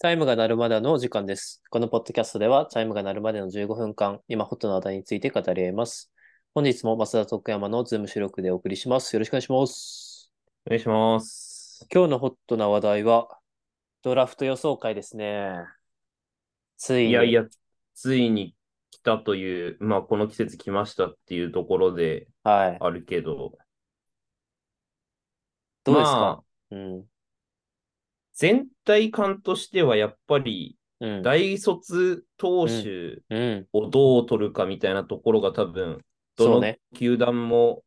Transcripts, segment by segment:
チャイムが鳴るまでのお時間です。このポッドキャストでは、チャイムが鳴るまでの15分間、今ホットな話題について語り合います。本日も増田徳山のズーム収録でお送りします。よろしくお願いします。お願いします。今日のホットな話題は、ドラフト予想会ですね。ついに。いやいや、ついに来たという、まあ、この季節来ましたっていうところではい。あるけど、どうですか、まあ、うん。全体感としてはやっぱりうん。大卒投手うん。をどう取るかみたいなところが多分、そどうのね。球団も、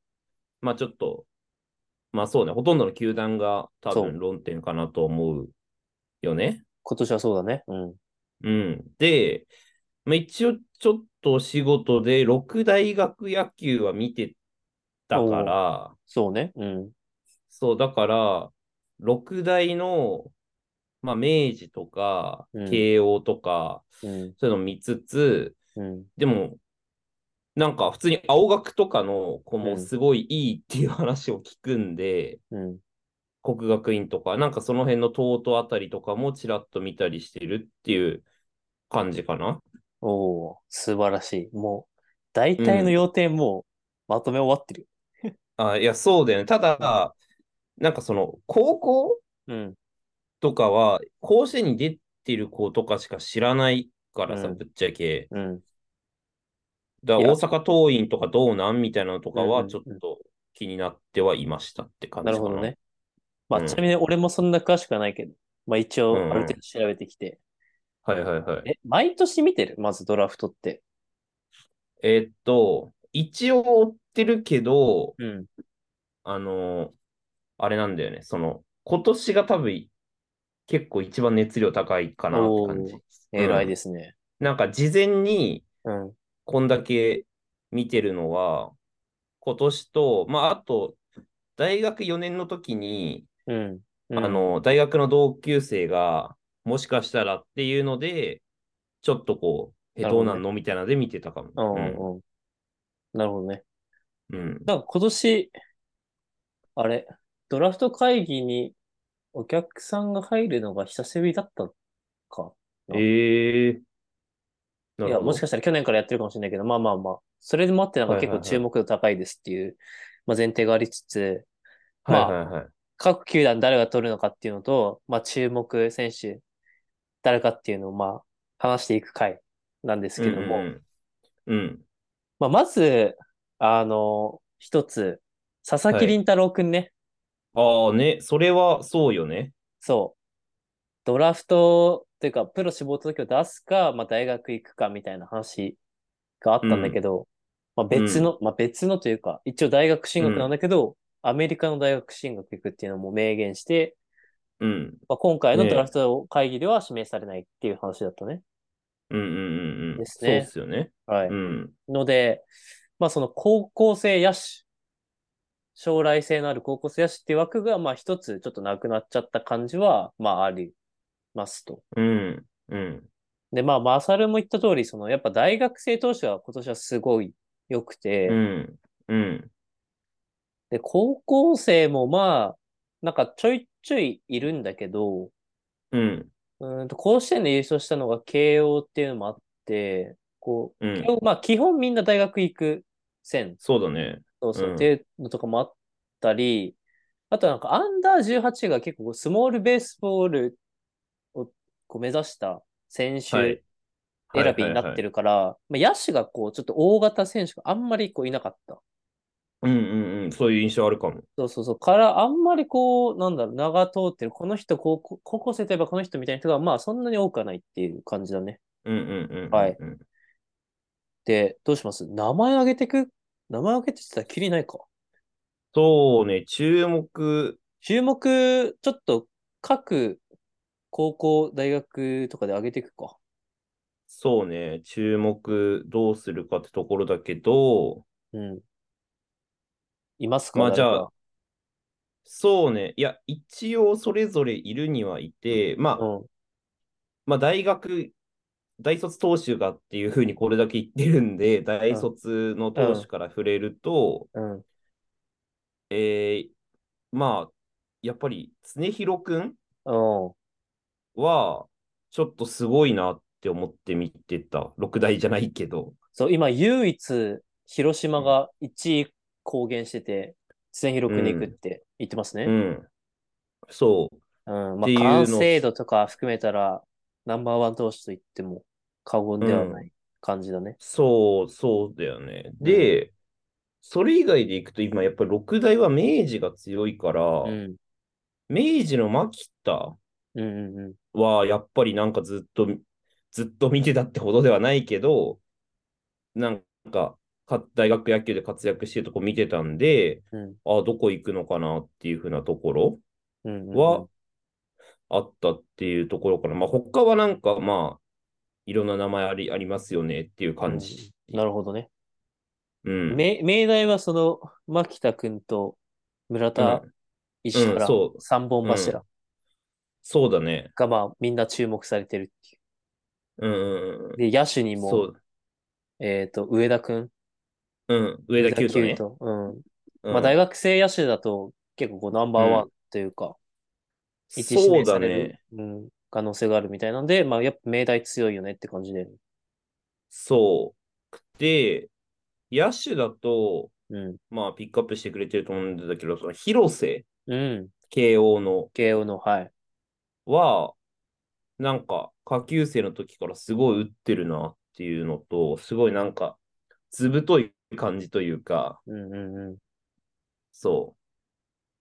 まあちょっと、まあそうね、ほとんどの球団が多そう分論点かなと思うよね。今年はそうだね。うん。うん。で、まあ、一応ちょっとお仕事で六大学野球は見てたから、そうね。うん。そう、だから、六大の、まあ、明治とかうん、慶応とか、うん。そういうの見つつ、うん。でも、なんか普通に青学とかの子うんもすごいいいっていう話を聞くんで、うん。国学院とか、なんかその辺の東都あたりとかもちらっと見たりしてるっていう感じかな。おお、素晴らしい。もう、大体の要点もうまとめ終わってる。あ、いや、そうだよね。ただ、なんかその、高校うん。とかは、甲子園に出てる子とかしか知らないからさ、うんぶっちゃけ。うん。だいからや大阪桐蔭とかどうなんみたいなのとかうんは、うんちうょんっと気になってはいましたって感なじるかほどな。ね。まあ、うんちなみに俺もそんな詳しくはないけど、まあ一応うんうんある程度調べてきて。はいはいはい。え、毎年見てるまずドラフトって。えーっと、一応追ってるけど、うん。あのーあれなんだよね。その、今年が多分、結構一番熱量高いかなって感じおー。偉ういんですね。なんか事前に、うん。こんだけ見てるのは、今年と、まあ、あと、大学4年の時に、うん。うんあ、の、大学の同級生が、もしかしたらっていうので、ちょっとこう、え、なるほどどうねなんのみたいなので見てたかも。うんうんうん。なるほどね。うん。うん。なんか今年、あれ、ドラフト会議にお客さんが入るのが久しぶりだったか。ええないるや、ほど。もしかしたら去年からやってるかもしれないけど、まあまあまあ、それでもあってなんかはい結はいは構い注目度高いですっていう、まあ前提がありつつ、はいはいはい。各球団誰が取るのかっていうのと、まあ注目選手、誰かっていうのをまあ話していく回なんですけども、うんうんうん。うん。まあまず、あの、一つ、佐々木はい麟太郎くんね、ああね、それはそうよね。そう、ドラフトというかプロ志望届を出すか、まあ大学行くかみたいな話があったんだけど、まあ別の、まあ別のというか、一応大学進学なんだけど、アメリカの大学進学行くっていうのも明言して、うん。まあ、今回のねえドラフト会議では指名されないっていう話だったね。うんうんうんうん。ですねそうっすよね。はい。うん。ので、まあその高校生野手、将来性のある高校生野手っていう枠が、まあ一つちょっとなくなっちゃった感じは、まあありますと。うん。うん。で、まあ、マサルも言った通り、その、やっぱ大学生投手は今年はすごい良くて、うん。うん。で、高校生もまあ、なんかちょいちょいいるんだけど、うん。うーんと、甲子園で優勝したのが慶応っていうのもあって、こうう、ん慶。応まあ、基本みんな大学行く線、そうだね。そうそうう、んっていうのとかもあったり、あとなんか、アンダー18が結構スモールベースボールをこう目指した選手、はい選びになってる。るから、まあ、野手がこう、ちょっと大型選手があんまりこういなかった。うんうんうん、そういう印象あるかも。そうそうそう。から、あんまりこう、なんだろう、名が通ってる、この人高校、高校生といえばこの人みたいな人が、まあそんなに多くはないっていう感じだね。うんうんうんうんうん。はい。で、どうします名前挙げてく名前挙げてたらきりないか。そうね、注目、注目、ちょっと各高校、大学とかで挙げていくか。そうね、注目どうするかってところだけど、うん。いますかまあじゃあ、誰かそうね、いや、一応それぞれいるにはいて、まあ、うん。まあ大学、大卒投手がっていうふうにこれだけ言ってるんで、大卒の投手から触れると、うん。えー、まあ、やっぱり常広くんうん。は、ちょっとすごいなって思って見てた。六大じゃないけど。そう、今唯一広島が1位公言してて、全広くに行くって言ってますね。うん。そう。うん、っまていあ、うの完成度とか含めたら、ナンバーワン投手と言っても過言ではない感じだね。そう、そうだよね。で、それ以外でいくと今やっぱり六大は明治が強いから、うん。明治の牧田うんうんうん。はやっぱりなんかずっと、ずっと見てたってほどではないけど、なんか、か大学野球で活躍してるとこ見てたんで、うんあどこ行くのかなっていうふうなところうんうんはあったっていうところから、まあ他はなんかまあ、いろんな名前あり、ありますよねっていう感じ。なるほどね。うん。め明大はその、牧田君と村田、石うん原、そう三本柱そうだね。がまあみんな注目されてるっていうんうんうん。う。で、野手にそも、う。えっと、上田君、うん。上田上球田とね。と、うん。うんまあ大学生野手だと結構こうナンバーワンというか、一指そう名だされるね。うん、可能性があるみたいなんで、まあやっぱ明大強いよねって感じで。そう。で、野手だと、うん。まあ、ピックアップしてくれてると思うんだけど、その広瀬、うん。慶応の慶応の、はい。は、なんか、下級生の時からすごい打ってるなっていうのと、すごいなんか、ずぶとい感じというか、うんうんうん。そ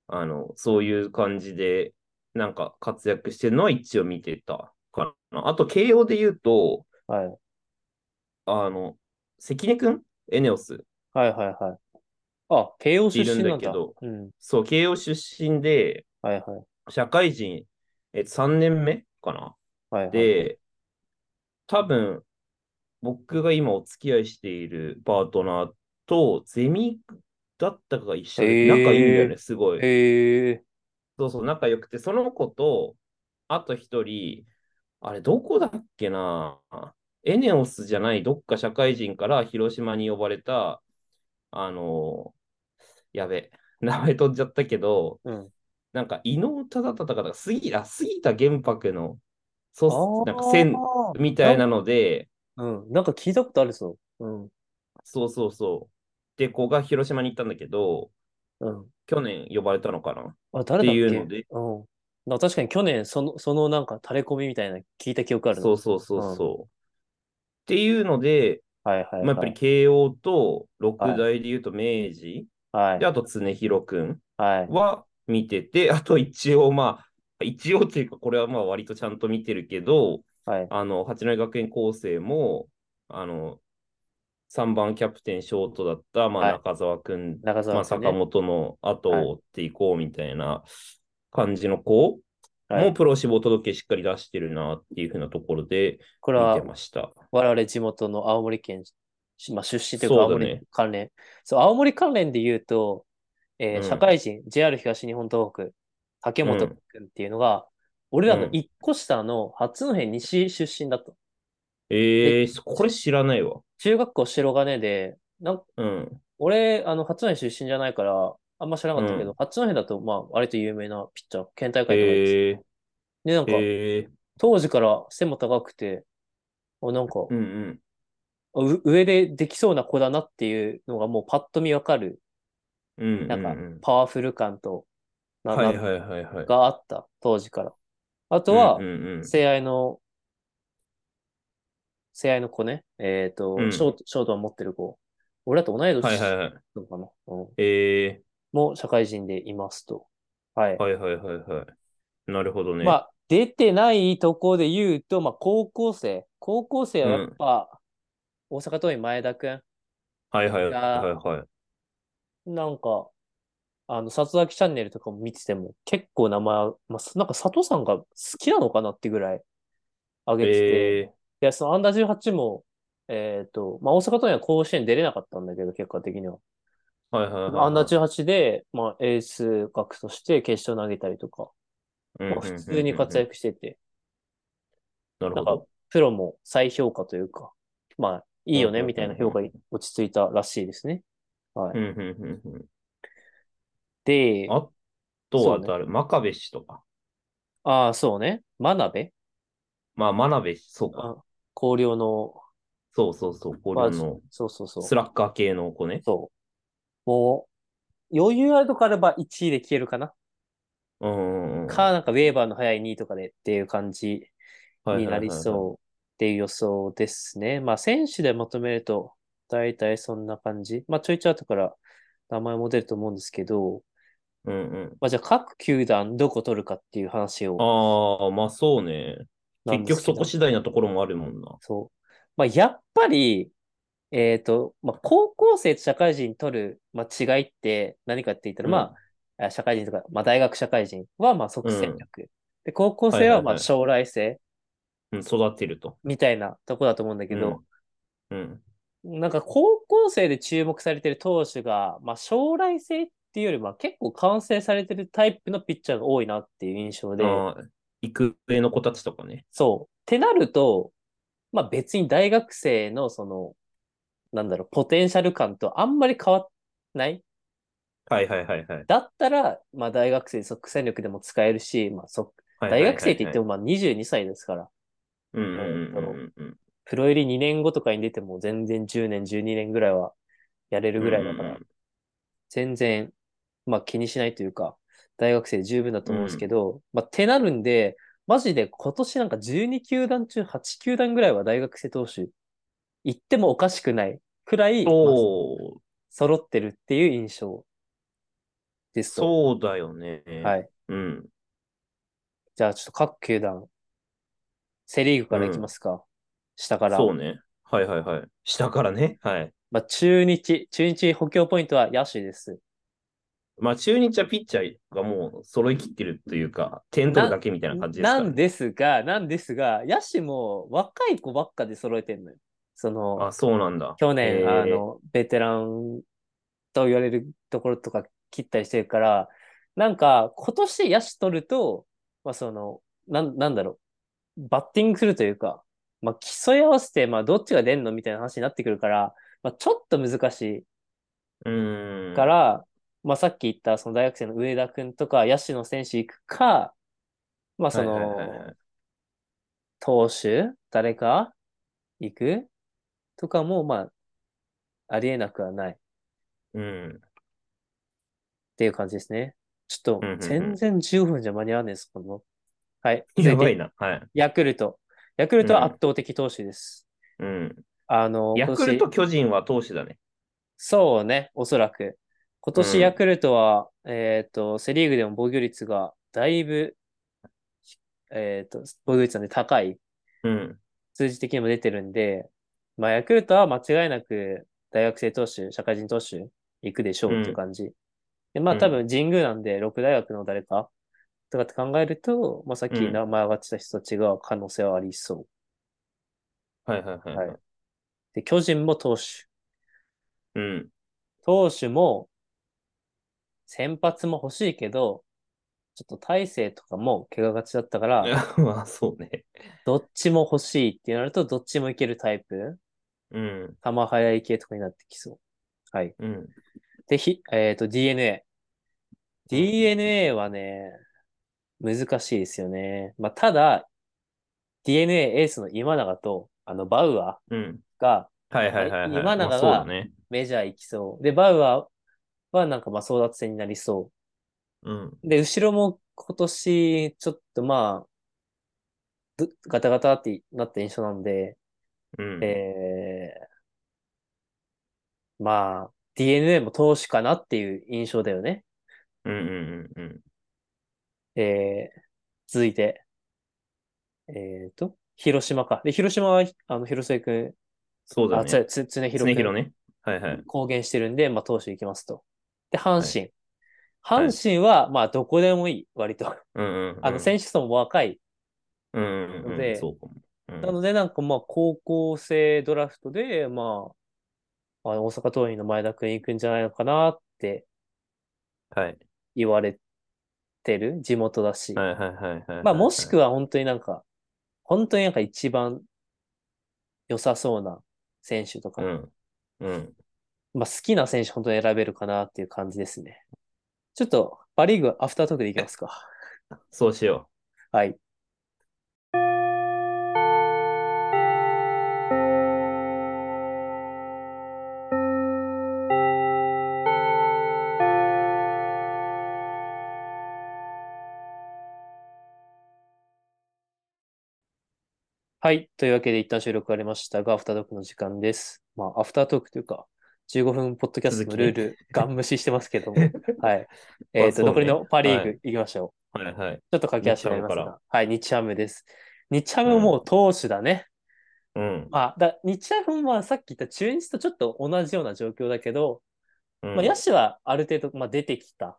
う。あの、そういう感じで、なんか活躍してるのは一応見てたかな。あと、慶応で言うと、はい。あの、関根くんエネオス。はいはいはい。あ、慶応出身なんいるんだけどうん。そう、慶応出身で、はいはい。社会人、え、3年目かなはいはい、で、多分、僕が今お付き合いしているパートナーと、ゼミだったかが一緒で、へー仲いいんだよね、すごい。へえそうそう、仲良くて、その子と、あと一人、あれ、どこだっけなエネオスじゃない、どっか社会人から広島に呼ばれた、あのやべ、名前飛んじゃったけど、うんなんか、伊能忠敬だか、杉田、杉田玄白の、そう、なんか、線あーみたいなので、うん。なんか聞いたことあるぞ。うん。そうそうそう。で、子が広島に行ったんだけど、うん。去年呼ばれたのかなっあ、誰てだっけいうので、うん。なんか確かに去年、その、そのなんか垂れ込みみたいなの聞いた記憶あるなそうそうそうそう。っていうので、はいはい、はい。まあ、やっぱり慶応と六大でいうと明治、はいで、。あと常広くんはい。は見てて、 あと一応まあ、一応っていうか、これはまあ割とちゃんと見てるけど、はい。あの、八戸学園高生も、あの、3番キャプテンショートだった、まはあ、い中澤くん中ま澤あ、さん、ね。坂本の後を追っていこうみたいな感じの子はもい。プロ志望届しっかり出してるなっていうふうなところでこれ見はてました。我々地元の青森県、しまあ、出身というかそう青だね森関連。そう,、青森関連で言うと、えーうん社会人、JR 東日本東北、竹本君っていうのが、俺らのうん一個下の八戸西出身だった。えー、これ知らないわ。中学校白金で、なんうん。俺、あの、八戸出身じゃないから、あんま知らなかったけど、う八戸だと、まあ、割と有名なピッチャー、県大会とかですえで、なんー、か、えー、当時から背も高くて、あなんか、うんうん。う上でできそうな子だなっていうのがもうパッと見わかる、うんうんうん、なんかパワフル感と、なはいなはいはいはい。あがあった、当時から。あとはうん、うん聖愛の、聖愛の子ね、えっ、と、うんショート、ショートを持ってる子。俺だと同い年うん、はいはいなはい。のかな、うんえもう社会人でいますと。はい。ー、はいはいはいはい。なるほどね。まあ、出てないとこで言うと、まあ、高校生。高校生はやっぱ、大阪桐蔭前田くん。はいはいはいはい。なんか、あの、里崎チャンネルとかも見てても、結構名前、まあ、すなんか佐藤さんが好きなのかなってぐらい上げてて、えで、そのアンダー18も、えっ、と、まあ、大阪桐蔭は甲子園出れなかったんだけど、結果的には。ー、はいはいはいはい。アンダー18で、まあ、エース格として決勝投げたりとか、うんうんまあ、うんうんうん普通に活。躍してて、なるなほんかど。、プロも再評価というか、まあ、いいよね、みたいな評価うんうに落ち着いたらしいですね。はうい。んうんうんうん。で、あとそうはね誰、真壁氏とか。ああ、そうね。真鍋まあ、真鍋、そうか。あ広陵の、そうそうそう、こまあれのそうそうそう。スラッガー系の子ね。そう。もう、余裕あるとこあれば1位で消えるかな。うんうんうん。か、なんかウェーバーの早い2位とかでっていう感じはいはいにはいなはいりそうっていう予想ですね。まあ、選手でまとめると、大体そんな感じ。まあ、ちょいちょい後から名前も出ると思うんですけど、うんうん。まあ、じゃあ各球団どこ取るかっていう話をああ、まあそうね。なん結です局けそどこ次第なところもあるもんな。そう。まあ、やっぱり、えっ、と、まあ、高校生と社会人取る、まあ、違いって何かって言ったら、うんまああ、社会人とか、まあ、大学社会人は、まあ、即戦力。で、高校生はいはいは、はいまあ、将来性うん、育てると。みたいなとこだと思うんだけど、うん。なんか、高校生で注目されてる投手が、まあ、将来性っていうよりも、結構完成されてるタイプのピッチャーが多いなっていう印象うで、ん。ああ、育英の子たちとかね。そう。ってなると、まあ別に大学生のその、なんだろう、ポテンシャル感とあんまり変わんないはいはいはいはい。だったら、まあ大学生即戦力でも使えるし、まあ即、大学生って言っても。もまあ22歳ですから、うんうんうんうんうん。プロ入り2年後とかに出ても全然10年、12年ぐらいはやれるぐらいだかうんうんらう、全然、まあ気にしないというか、大学生で十分だと思うんですけど、まあてなるんで、マジで今年なんか12球団中8球団ぐらいは大学生投手行ってもおかしくないくらい、まあそう、揃ってるっていう印象ですと。そうだよね。はい。うん。じゃあちょっと各球団、セリーグからいきますか。下から。そうね。はいはいはい。下からね。はい。まあ中日、中日補強ポイントは野手です。まあ中日はピッチャーがもう揃いきってるというか、点取るだけみたいな感じですかならねんですが、なんですが、野手も若い子ばっかで揃えてんのよ。そのあ、、そうなんだ。去年、へーあ、の、ベテランと言われるところとか切ったりしてるから、なんか、今年野手取ると、まあその、なん、なんだろう、バッティングするというか、まあ競い合わせて、まあどっちが出んのみたいな話になってくるから、まあちょっと難しいうーん。から、まあ、さっき言ったその大学生の上田君とか野手の選手行くか、まあ、その、はいはいはいはい投手、誰か行くとかも、まあ、ありえなくはないっうん。 ていう感じですね。ちょっうんうんうんと、全然15分じゃ間に合わないです、この。はい。 やばいな。な。はい。ヤクルト。ヤクルトはうん圧倒的投手です。うん。あの、ヤクル今年ト、巨人は投手だね。そうね、おそらく。今う年んヤクルトは、えっ、と、セリーグでも防御率がだいぶ、えっ、と、防御率なんで高い。うん。数字的にも出てるんで、まあ、ヤクルトは間違いなく大学生投手、社会人投手行くでしょうっていう感じ。で、まあうん多分神宮なんで6大学の誰かとかって考えると、まあさっき名前上がってた人たちが可能性はありそう。はいはいはい。はいで、巨人も投手。うん。投手も、先発も欲しいけど、ちょっと大勢とかも怪我がちだったから、 まあそうね。どっちも欲しいってなると、どっちもいけるタイプうん。球速い系とかになってきそう。はい。うん。で、ひ、えっ、と、DNA。DNA はね、難しいですよね。まあ、ただ、DNA エースの今永と、あの、バウアうん。ーがはいはいはい、はい。今永がまあそうだね。メジャー行きそう。で、バウアーはなんかまあ争奪戦になりそう。うん。で、後ろも今年、ちょっとまあ、ぶガタガタってなった印象なんで、うん。えー、まあ、DNA も投手かなっていう印象だよね。うんうんうんうん。えー、続いて、えっと、広島か。で、広島は、あの、広末くん、そうだあ、つ、ね。つ、常常広くん広ね。はいはい。公言してるんで、まあ、投手行きますと。で、阪神。はい阪神は、まあ、どこでもいい、割と。うんうん、うん。あの、選手層も若い。うんうんうん、のでそうかも。うんなので、なんかまあ、高校生ドラフトで、まあ、あの大阪桐蔭の前田君行くんじゃないのかなってはい。言われてる、地元だし。はいはいはいはい。まあ、もしくはは本当になんか、本当になんか一番良さそうな選手とか、い、うん。うん。まあ、好きな選手本当に選べるかなっていう感じですね。ちょっと、パリーグアフタートークでいきますか。そうしよう。はい。はい。というわけで、一旦収録終わりましたが、アフタートークの時間です。まあ、アフタートークというか、15分ポッドキャストのルール、ガン無視してますけ ども、はい。えっと、そうね残りのパ・リーはグ行きましょう。はいはい。ちょっと駆け足になります日ハムが。はい、日ハムです。日ハムももう投手だね。うん。まあ、だ日ハムはさっき言った中日とちょっと同じような状況だけど、うんまあ、野手はある程度、まあ、出てきた。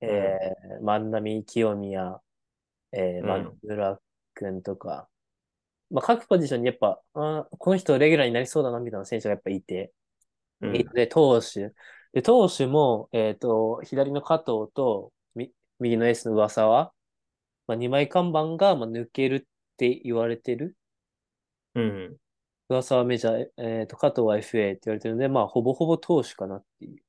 えー、万波、清宮、えー、うんまあ、村君とか、まあ、各ポジションにやっぱ、あーこの人レギュラーになりそうだな、みたいな選手がやっぱいて、うんで、投手。で、投手も、えっ、と、左の加藤と、み右のエースの上沢、まあ、2枚看板が、まあ、抜けるって言われてる。うん。上沢はメジャー、えっ、と、加藤は FA って言われてるので、まあ、ほぼほぼ投手かなっていう。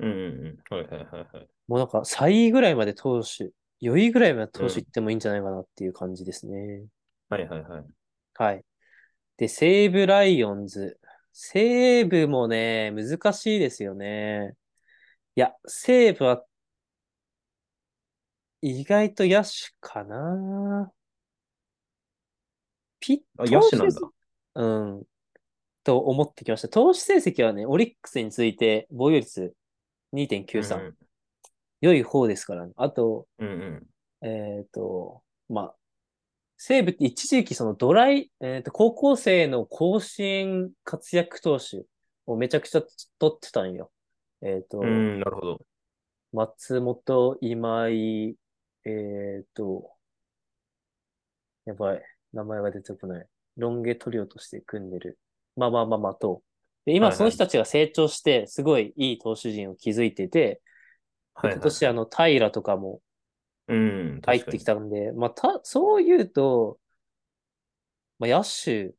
うんうん。はいはいはいはい。もうなんか、3位ぐらいまで投手、4位ぐらいまで投手行ってもいいんじゃないかなっていう感じですね。はいはいはい。はい。で、西武ライオンズ。西武もね、難しいですよね。いや、西武は、意外と野手かな。ピッあ、野手なんだ。。投手うん。と思ってきました。投手成績はね、オリックスについて防御率2.93。良い方ですからね。あと、うんうん。えっ、と、まあ、西武って一時期そのドライ、えっ、と、高校生の甲子園活躍投手をめちゃくちゃ取ってたんよ。えっ、と、うんうん。なるほど。松本、今井、えっ、と、やばい、名前が出てこない。ロン毛トリオとして組んでる。まあまあまあまあと。で今はいはいその人たちが成長して、すごいいい投手陣を築いてて、はいはい。今年あの、平とかもうん。入ってきたんで、まあ、た、そう言うと、まあ、野手、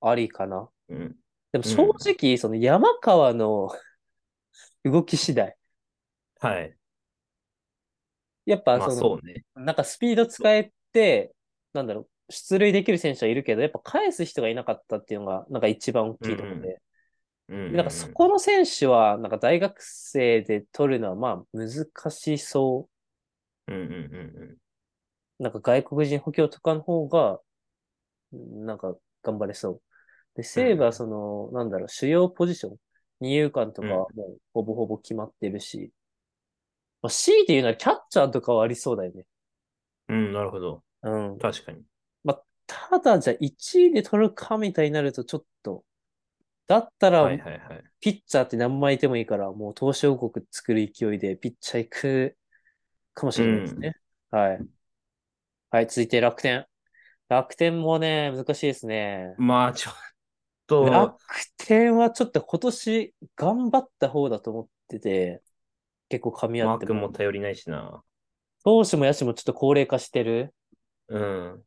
ありかな。確かに。うん。でも正直、その山川の 動き次第。はい。やっぱまそあの、そうね。なんかスピード使えて、なんだろう、出塁できる選手はいるけど、やっぱ返す人がいなかったっていうのが、なんか一番大きいところうんで。うんうでん。なんかそこの選手は、なんか大学生で取るのは、まあ難しそうんうんうんう。なんか外国人補強とかの方が、なんか頑張れそう。で、西武はその、なんだろう、主要ポジション、二遊間とかはもうほぼほぼ決まってるし、まあ、強いて言うならキャッチャーとかはありそうだよね。うん。うん、なるほど。うん。確かに。ただじゃあ1位で取るかみたいになるとちょっと、だったらはいはいはい。ピッチャーって何枚いてもいいから、もう投手王国作る勢いでピッチャー行くかもしれないですね。はい。はい、続いて楽天。楽天もね、難しいですね。まあちょっと楽、天はちょっと今年頑張った方だと思ってて、結構噛み合マっーて君も頼りないしな。投手も野手もちょっと高齢化してるうん。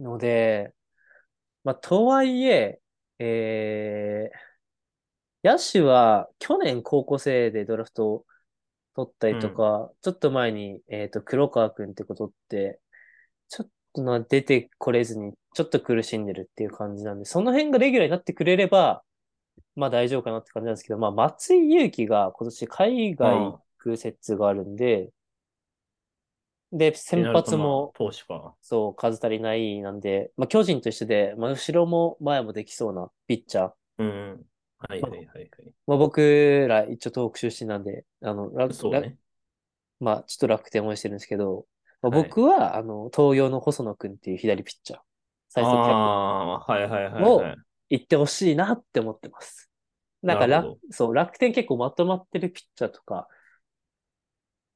ので、まあ、とはいえ、えー、野手は去年高校生でドラフトを取ったりとか、ちょっと前に、えっと、黒川くんってことって、ちょっとな、出てこれずに、ちょっと苦しんでるっていう感じなんで、その辺がレギュラーになってくれれば、まあ大丈夫かなって感じなんですけど、まあ松井裕樹が今年海外行く説があるんで、で、先発も、投手か。そう、数足りないなんで、まあ、巨人と一緒で、まあ、後ろも前もできそうなピッチャー。うん。はいはいはいはい。まあ、僕ら一応東北出身なんで、あの、らそうらね。まあ、ちょっと楽天応援してるんですけど、まあ、はい僕は、あの、東洋の細野くんっていう左ピッチャー。最速100ああー、はいはいはい、をはい。行ってほしいなって思ってます。なんかならるほどそう、楽天結構まとまってるピッチャーとか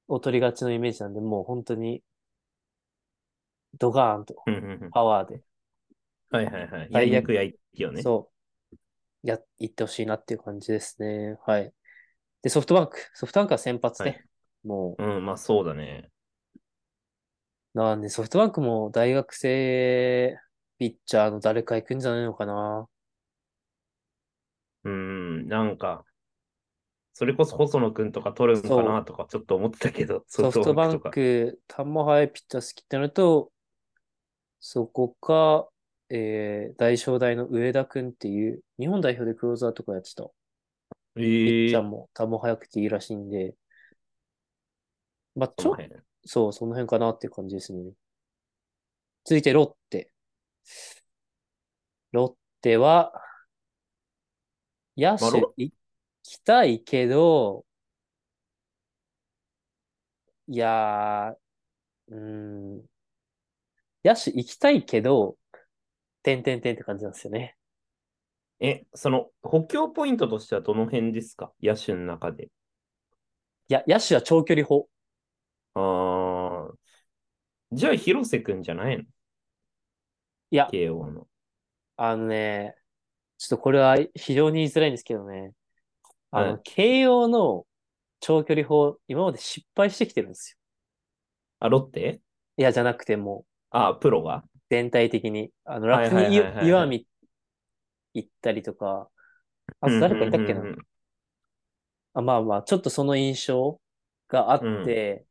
を取りがちのイメージなんで、もう本当に、ドガーンとうんうんうんパワーではいはいはい。最悪焼肉焼いてよね。そう。や、行ってほしいなっていう感じですね。はい。で、ソフトバンク。ソフトバンクは先発ね。はいもうん、まあそうだね。う、なんで、ソフトバンクも大学生ピッチャーの誰か行くんじゃないのかな。うん、なんか、それこそ細野くんとか取るんかなとかちょっと思ってたけど、ソフトバンとか。ク、球速いピッチャー好きってなると、そこか、えー、大正大の上田くんっていう、日本代表でクローザーとかやってた。ピえッえチャーも球速くていいらしいんで、まあ、ちょっそう、その辺かなっていう感じですね。続いてロッテ。ロッテは、野まあロッ手行きたいけど、いやー、うーん、野手行きたいけど、てんてんてんって感じなんですよね。え、その補強ポイントとしてはどの辺ですか野手の中で。いや、野手は長距離砲。ああ。じゃあ、広瀬くんじゃないのいや、慶応の。あのね、ちょっとこれは非常に言いづらいんですけどね、あはの、い慶応の長距離砲、今まで失敗してきてるんですあ、ロッテよ。いや、じゃなくてもう、あ、プロが全体的に。あの、はい楽はいはいにはいはい岩見行ったりとか、あと誰かいたっけなうんうんうんうんあ、まあまあ、ちょっとその印象があって、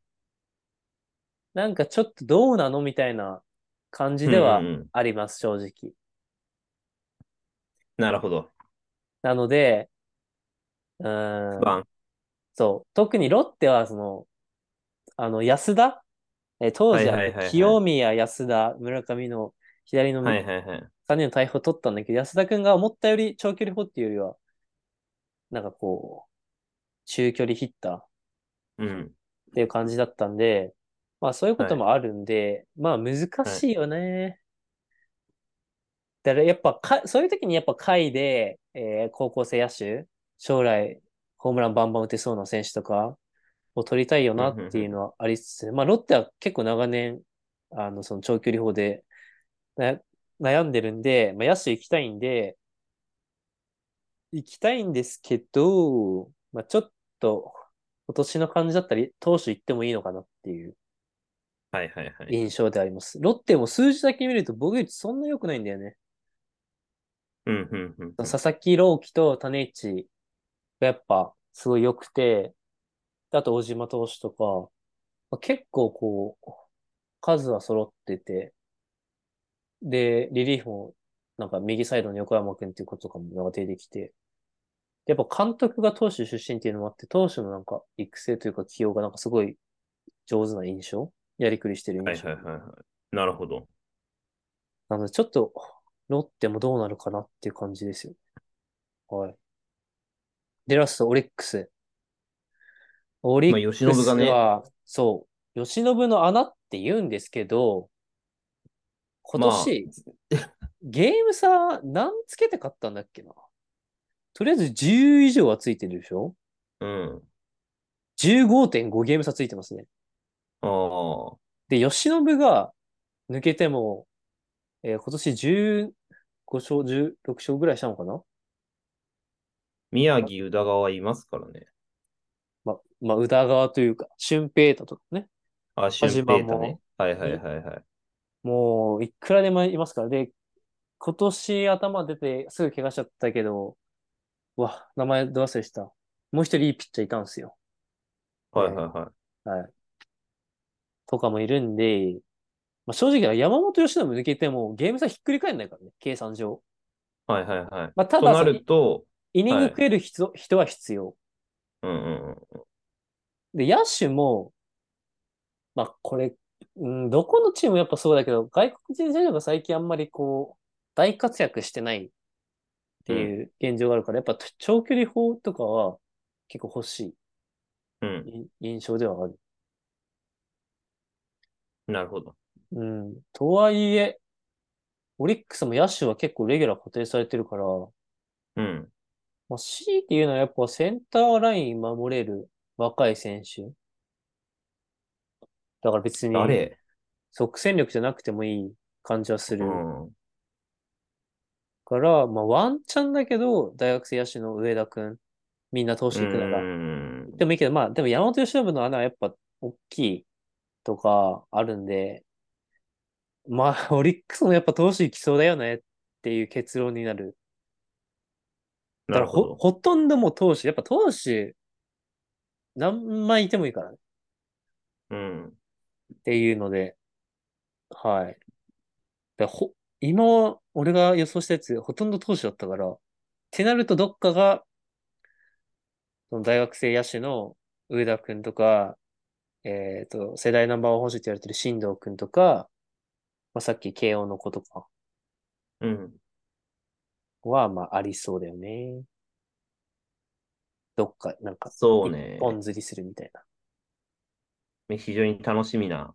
なんかちょっとどうなのみたいな感じではうんうんうんあります、正直。なるほど。なので、うーん、不安。そう。特にロッテは、その、あの、安田えー当時はいはいはいあはのい清宮、安田、村上の左のはいはいはい。 3人の逮捕取ったんだけど、安田君が思ったより長距離砲っていうよりは、なんかこう、中距離ヒッターっうん。ていう感じだったんで、まあそういうこともあるんで、まあ難しいよね。だからやっぱか、そういう時にやっぱ下位で、えー高校生野手、将来ホームランバンバン打てそうな選手とかを取りたいよなっていうのはありつつ、まあロッテは結構長年、あの、その長距離砲でな悩んでるんで、まあ野手行きたいんで、行きたいんですけど、まあちょっと今年の感じだったり、投手行ってもいいのかなっていうはいはいはい。印象であります。ロッテも数字だけ見ると防御率そんな良くないんだよね。うんうんうんうん。佐々木朗希と種市がやっぱすごい良くて、であと小島投手とか、まあ結構こう、数は揃ってて、で、リリーフもなんか右サイドの横山くんっていうこととかもなんか出てきて、やっぱ監督が投手出身っていうのもあって、投手のなんか育成というか起用がなんかすごい上手な印象やりくりしてるはい印象。はいはいはい。なるほど。なのでちょっと、ロッテもどうなるかなっていう感じですよ。はい。で、ラスト、オリックス。オリックスまあ由伸がねは、そう、吉信の穴って言うんですけど、今年、ゲーム差何つけて勝ったんだっけな。とりあえず10以上はついてるでしょうん。 ?15.5 ゲーム差ついてますね。ああ。で、吉信が抜けても、えー今年15勝、16勝ぐらいしたのかな宮城、宇田川いますからね。まあ、まあ、宇田川というか、俊平太とかね。あ、シュンペータね。はいはいいはいはい。もう、いくらでもいますから。で、今年頭出てすぐ怪我しちゃったけど、うわ、名前どう忘れした。もう一人いいピッチャーいたんですよ。はいはいはい。はい。とかもいるんで、まあ、正直、山本由伸抜けてもゲーム差ひっくり返んないからね、計算上。はいはいはい。まあ、たとだなその、ると、イニングはい食える人,、人は必要。うんうんうん。で、野手も、まあこれ、うん、どこのチームやっぱそうだけど、外国人選手が最近あんまりこう、大活躍してないっていう現状があるから、やっぱ長距離砲とかは結構欲しうん。いい印象ではある。なるほど。うん。とはいえ、オリックスも野手は結構レギュラー固定されてるから、うん。まあ、C っていうのはやっぱセンターライン守れる若い選手。だから別に、あれ、即戦力じゃなくてもいい感じはすうる。ん。から、まあ、ワンチャンだけど、大学生野手の上田くん、みんな投手行くのうが。んでもいいけど、まあ、でも山本由伸の穴はやっぱ大きいとかあるんで、まあ、 オリックスもやっぱ投手行きそうだよねっていう結論になる。だからなるほほ、ど。ほとんどもう投手、やっぱ投手、何枚いてもいいからねうん。っていうので、はい。だほ今、俺が予想したやつ、ほとんど投手だったから、ってなるとどっかが、その大学生野手の上田くんとか、えっ、と、世代ナンバーワン保守って言われてる新藤くんとか、まあ、さっき慶応の子とかうん。は、まあ、ありそうだよね。どっか、なんか、そうね一。本釣りするみたいな。非常に楽しみな。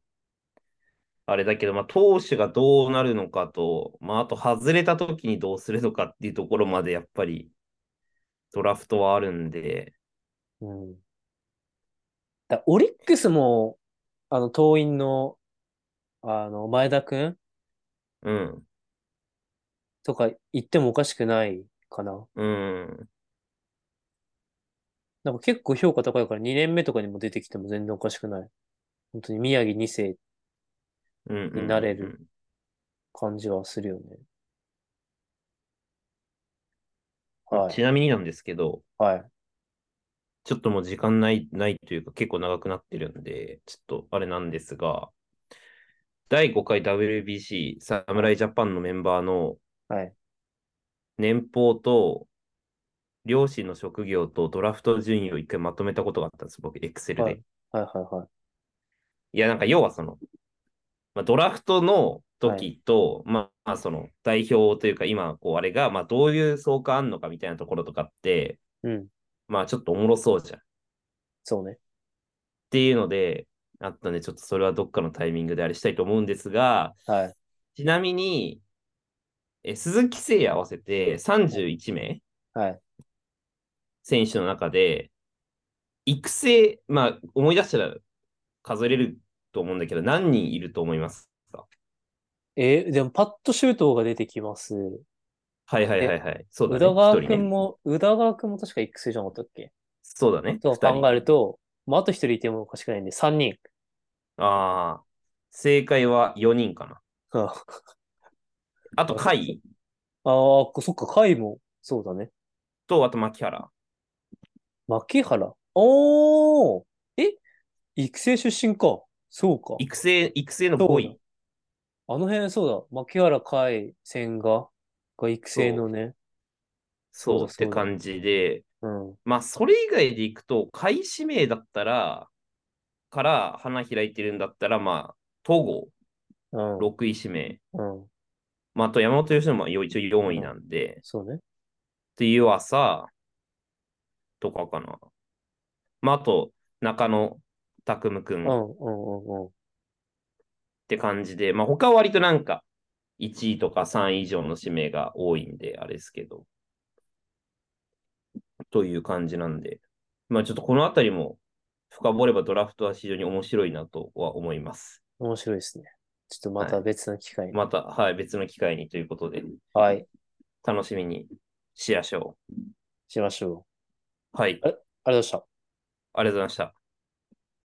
あれだけど、まあ、投手がどうなるのかと、まあ、あと外れた時にどうするのかっていうところまで、やっぱり、ドラフトはあるんで、うん。だオリックスも、あの、党員の、あの、前田くんうん、とか行ってもおかしくないかな。うん、なんか結構評価高いから2年目とかにも出てきても全然おかしくない。本当に宮城2世うん、うん。になれる。感じはするよね。はい。ちなみになんですけど、はい。ちょっともう時間ない、ないというか結構長くなってるんで、ちょっとあれなんですが、第5回 WBC 侍ジャパンのメンバーのはい。年俸と両親の職業とドラフト順位を一回まとめたことがあったんです、僕、Excel で。はいい、はいはいはい。や、なんか要はその、まあ、ドラフトの時と、まあ、その代表というか今、こう、あれが、まあ、どういう相関あんのかみたいなところとかって、うん。まあ、ちょっとおもろそうじゃん。そうね。っていうので、あったんで、ちょっとそれはどっかのタイミングであれしたいと思うんですが、はい。ちなみに、え鈴木誠也合わせて31名はい。選手の中で、育成、まあ、思い出したら数えれると思うんだけど、何人いると思いますかえーでもパッと周東が出てきます。はいはいはいはい。そうだ宇ね。田川一人ねくんも、宇田川くんも確か育成じゃなかったっけそうだね。と二人考えると、まあ、あと一人いてもおかしくないんで、三人。ああ、正解は4人かな。 ああと、甲斐あー、そっか、甲斐も、そうだね。と、あと、牧原。牧原。おーえ育成出身か。そうか。育成、育成のそうだ5位。あの辺そうだ。牧原海戦が、が育成のね。そうそうだっそうだて感じで、うん。まあ、それ以外でいくと、甲斐指名だったら、から花開いてるんだったら、まあ、戸郷、うん。 6位指名。うん。まあ、あと山本由伸も一応4位なんで、っそうね。ていう朝とかかな。まあ、あと、中野拓夢くうんん、うっん、うん、うん。て感じで、まあ、他は割となんか、1位とか3位以上の指名が多いんで、あれですけど。という感じなんで、まあ、ちょっとこのあたりも深掘ればドラフトは非常に面白いなとは思います。面白いですね。ちょっとまたは別の機会に。また、はい、別の機会にということで、はい。楽しみにしましょしましょう。う。はい、ありがとうございました。ありがとうございました。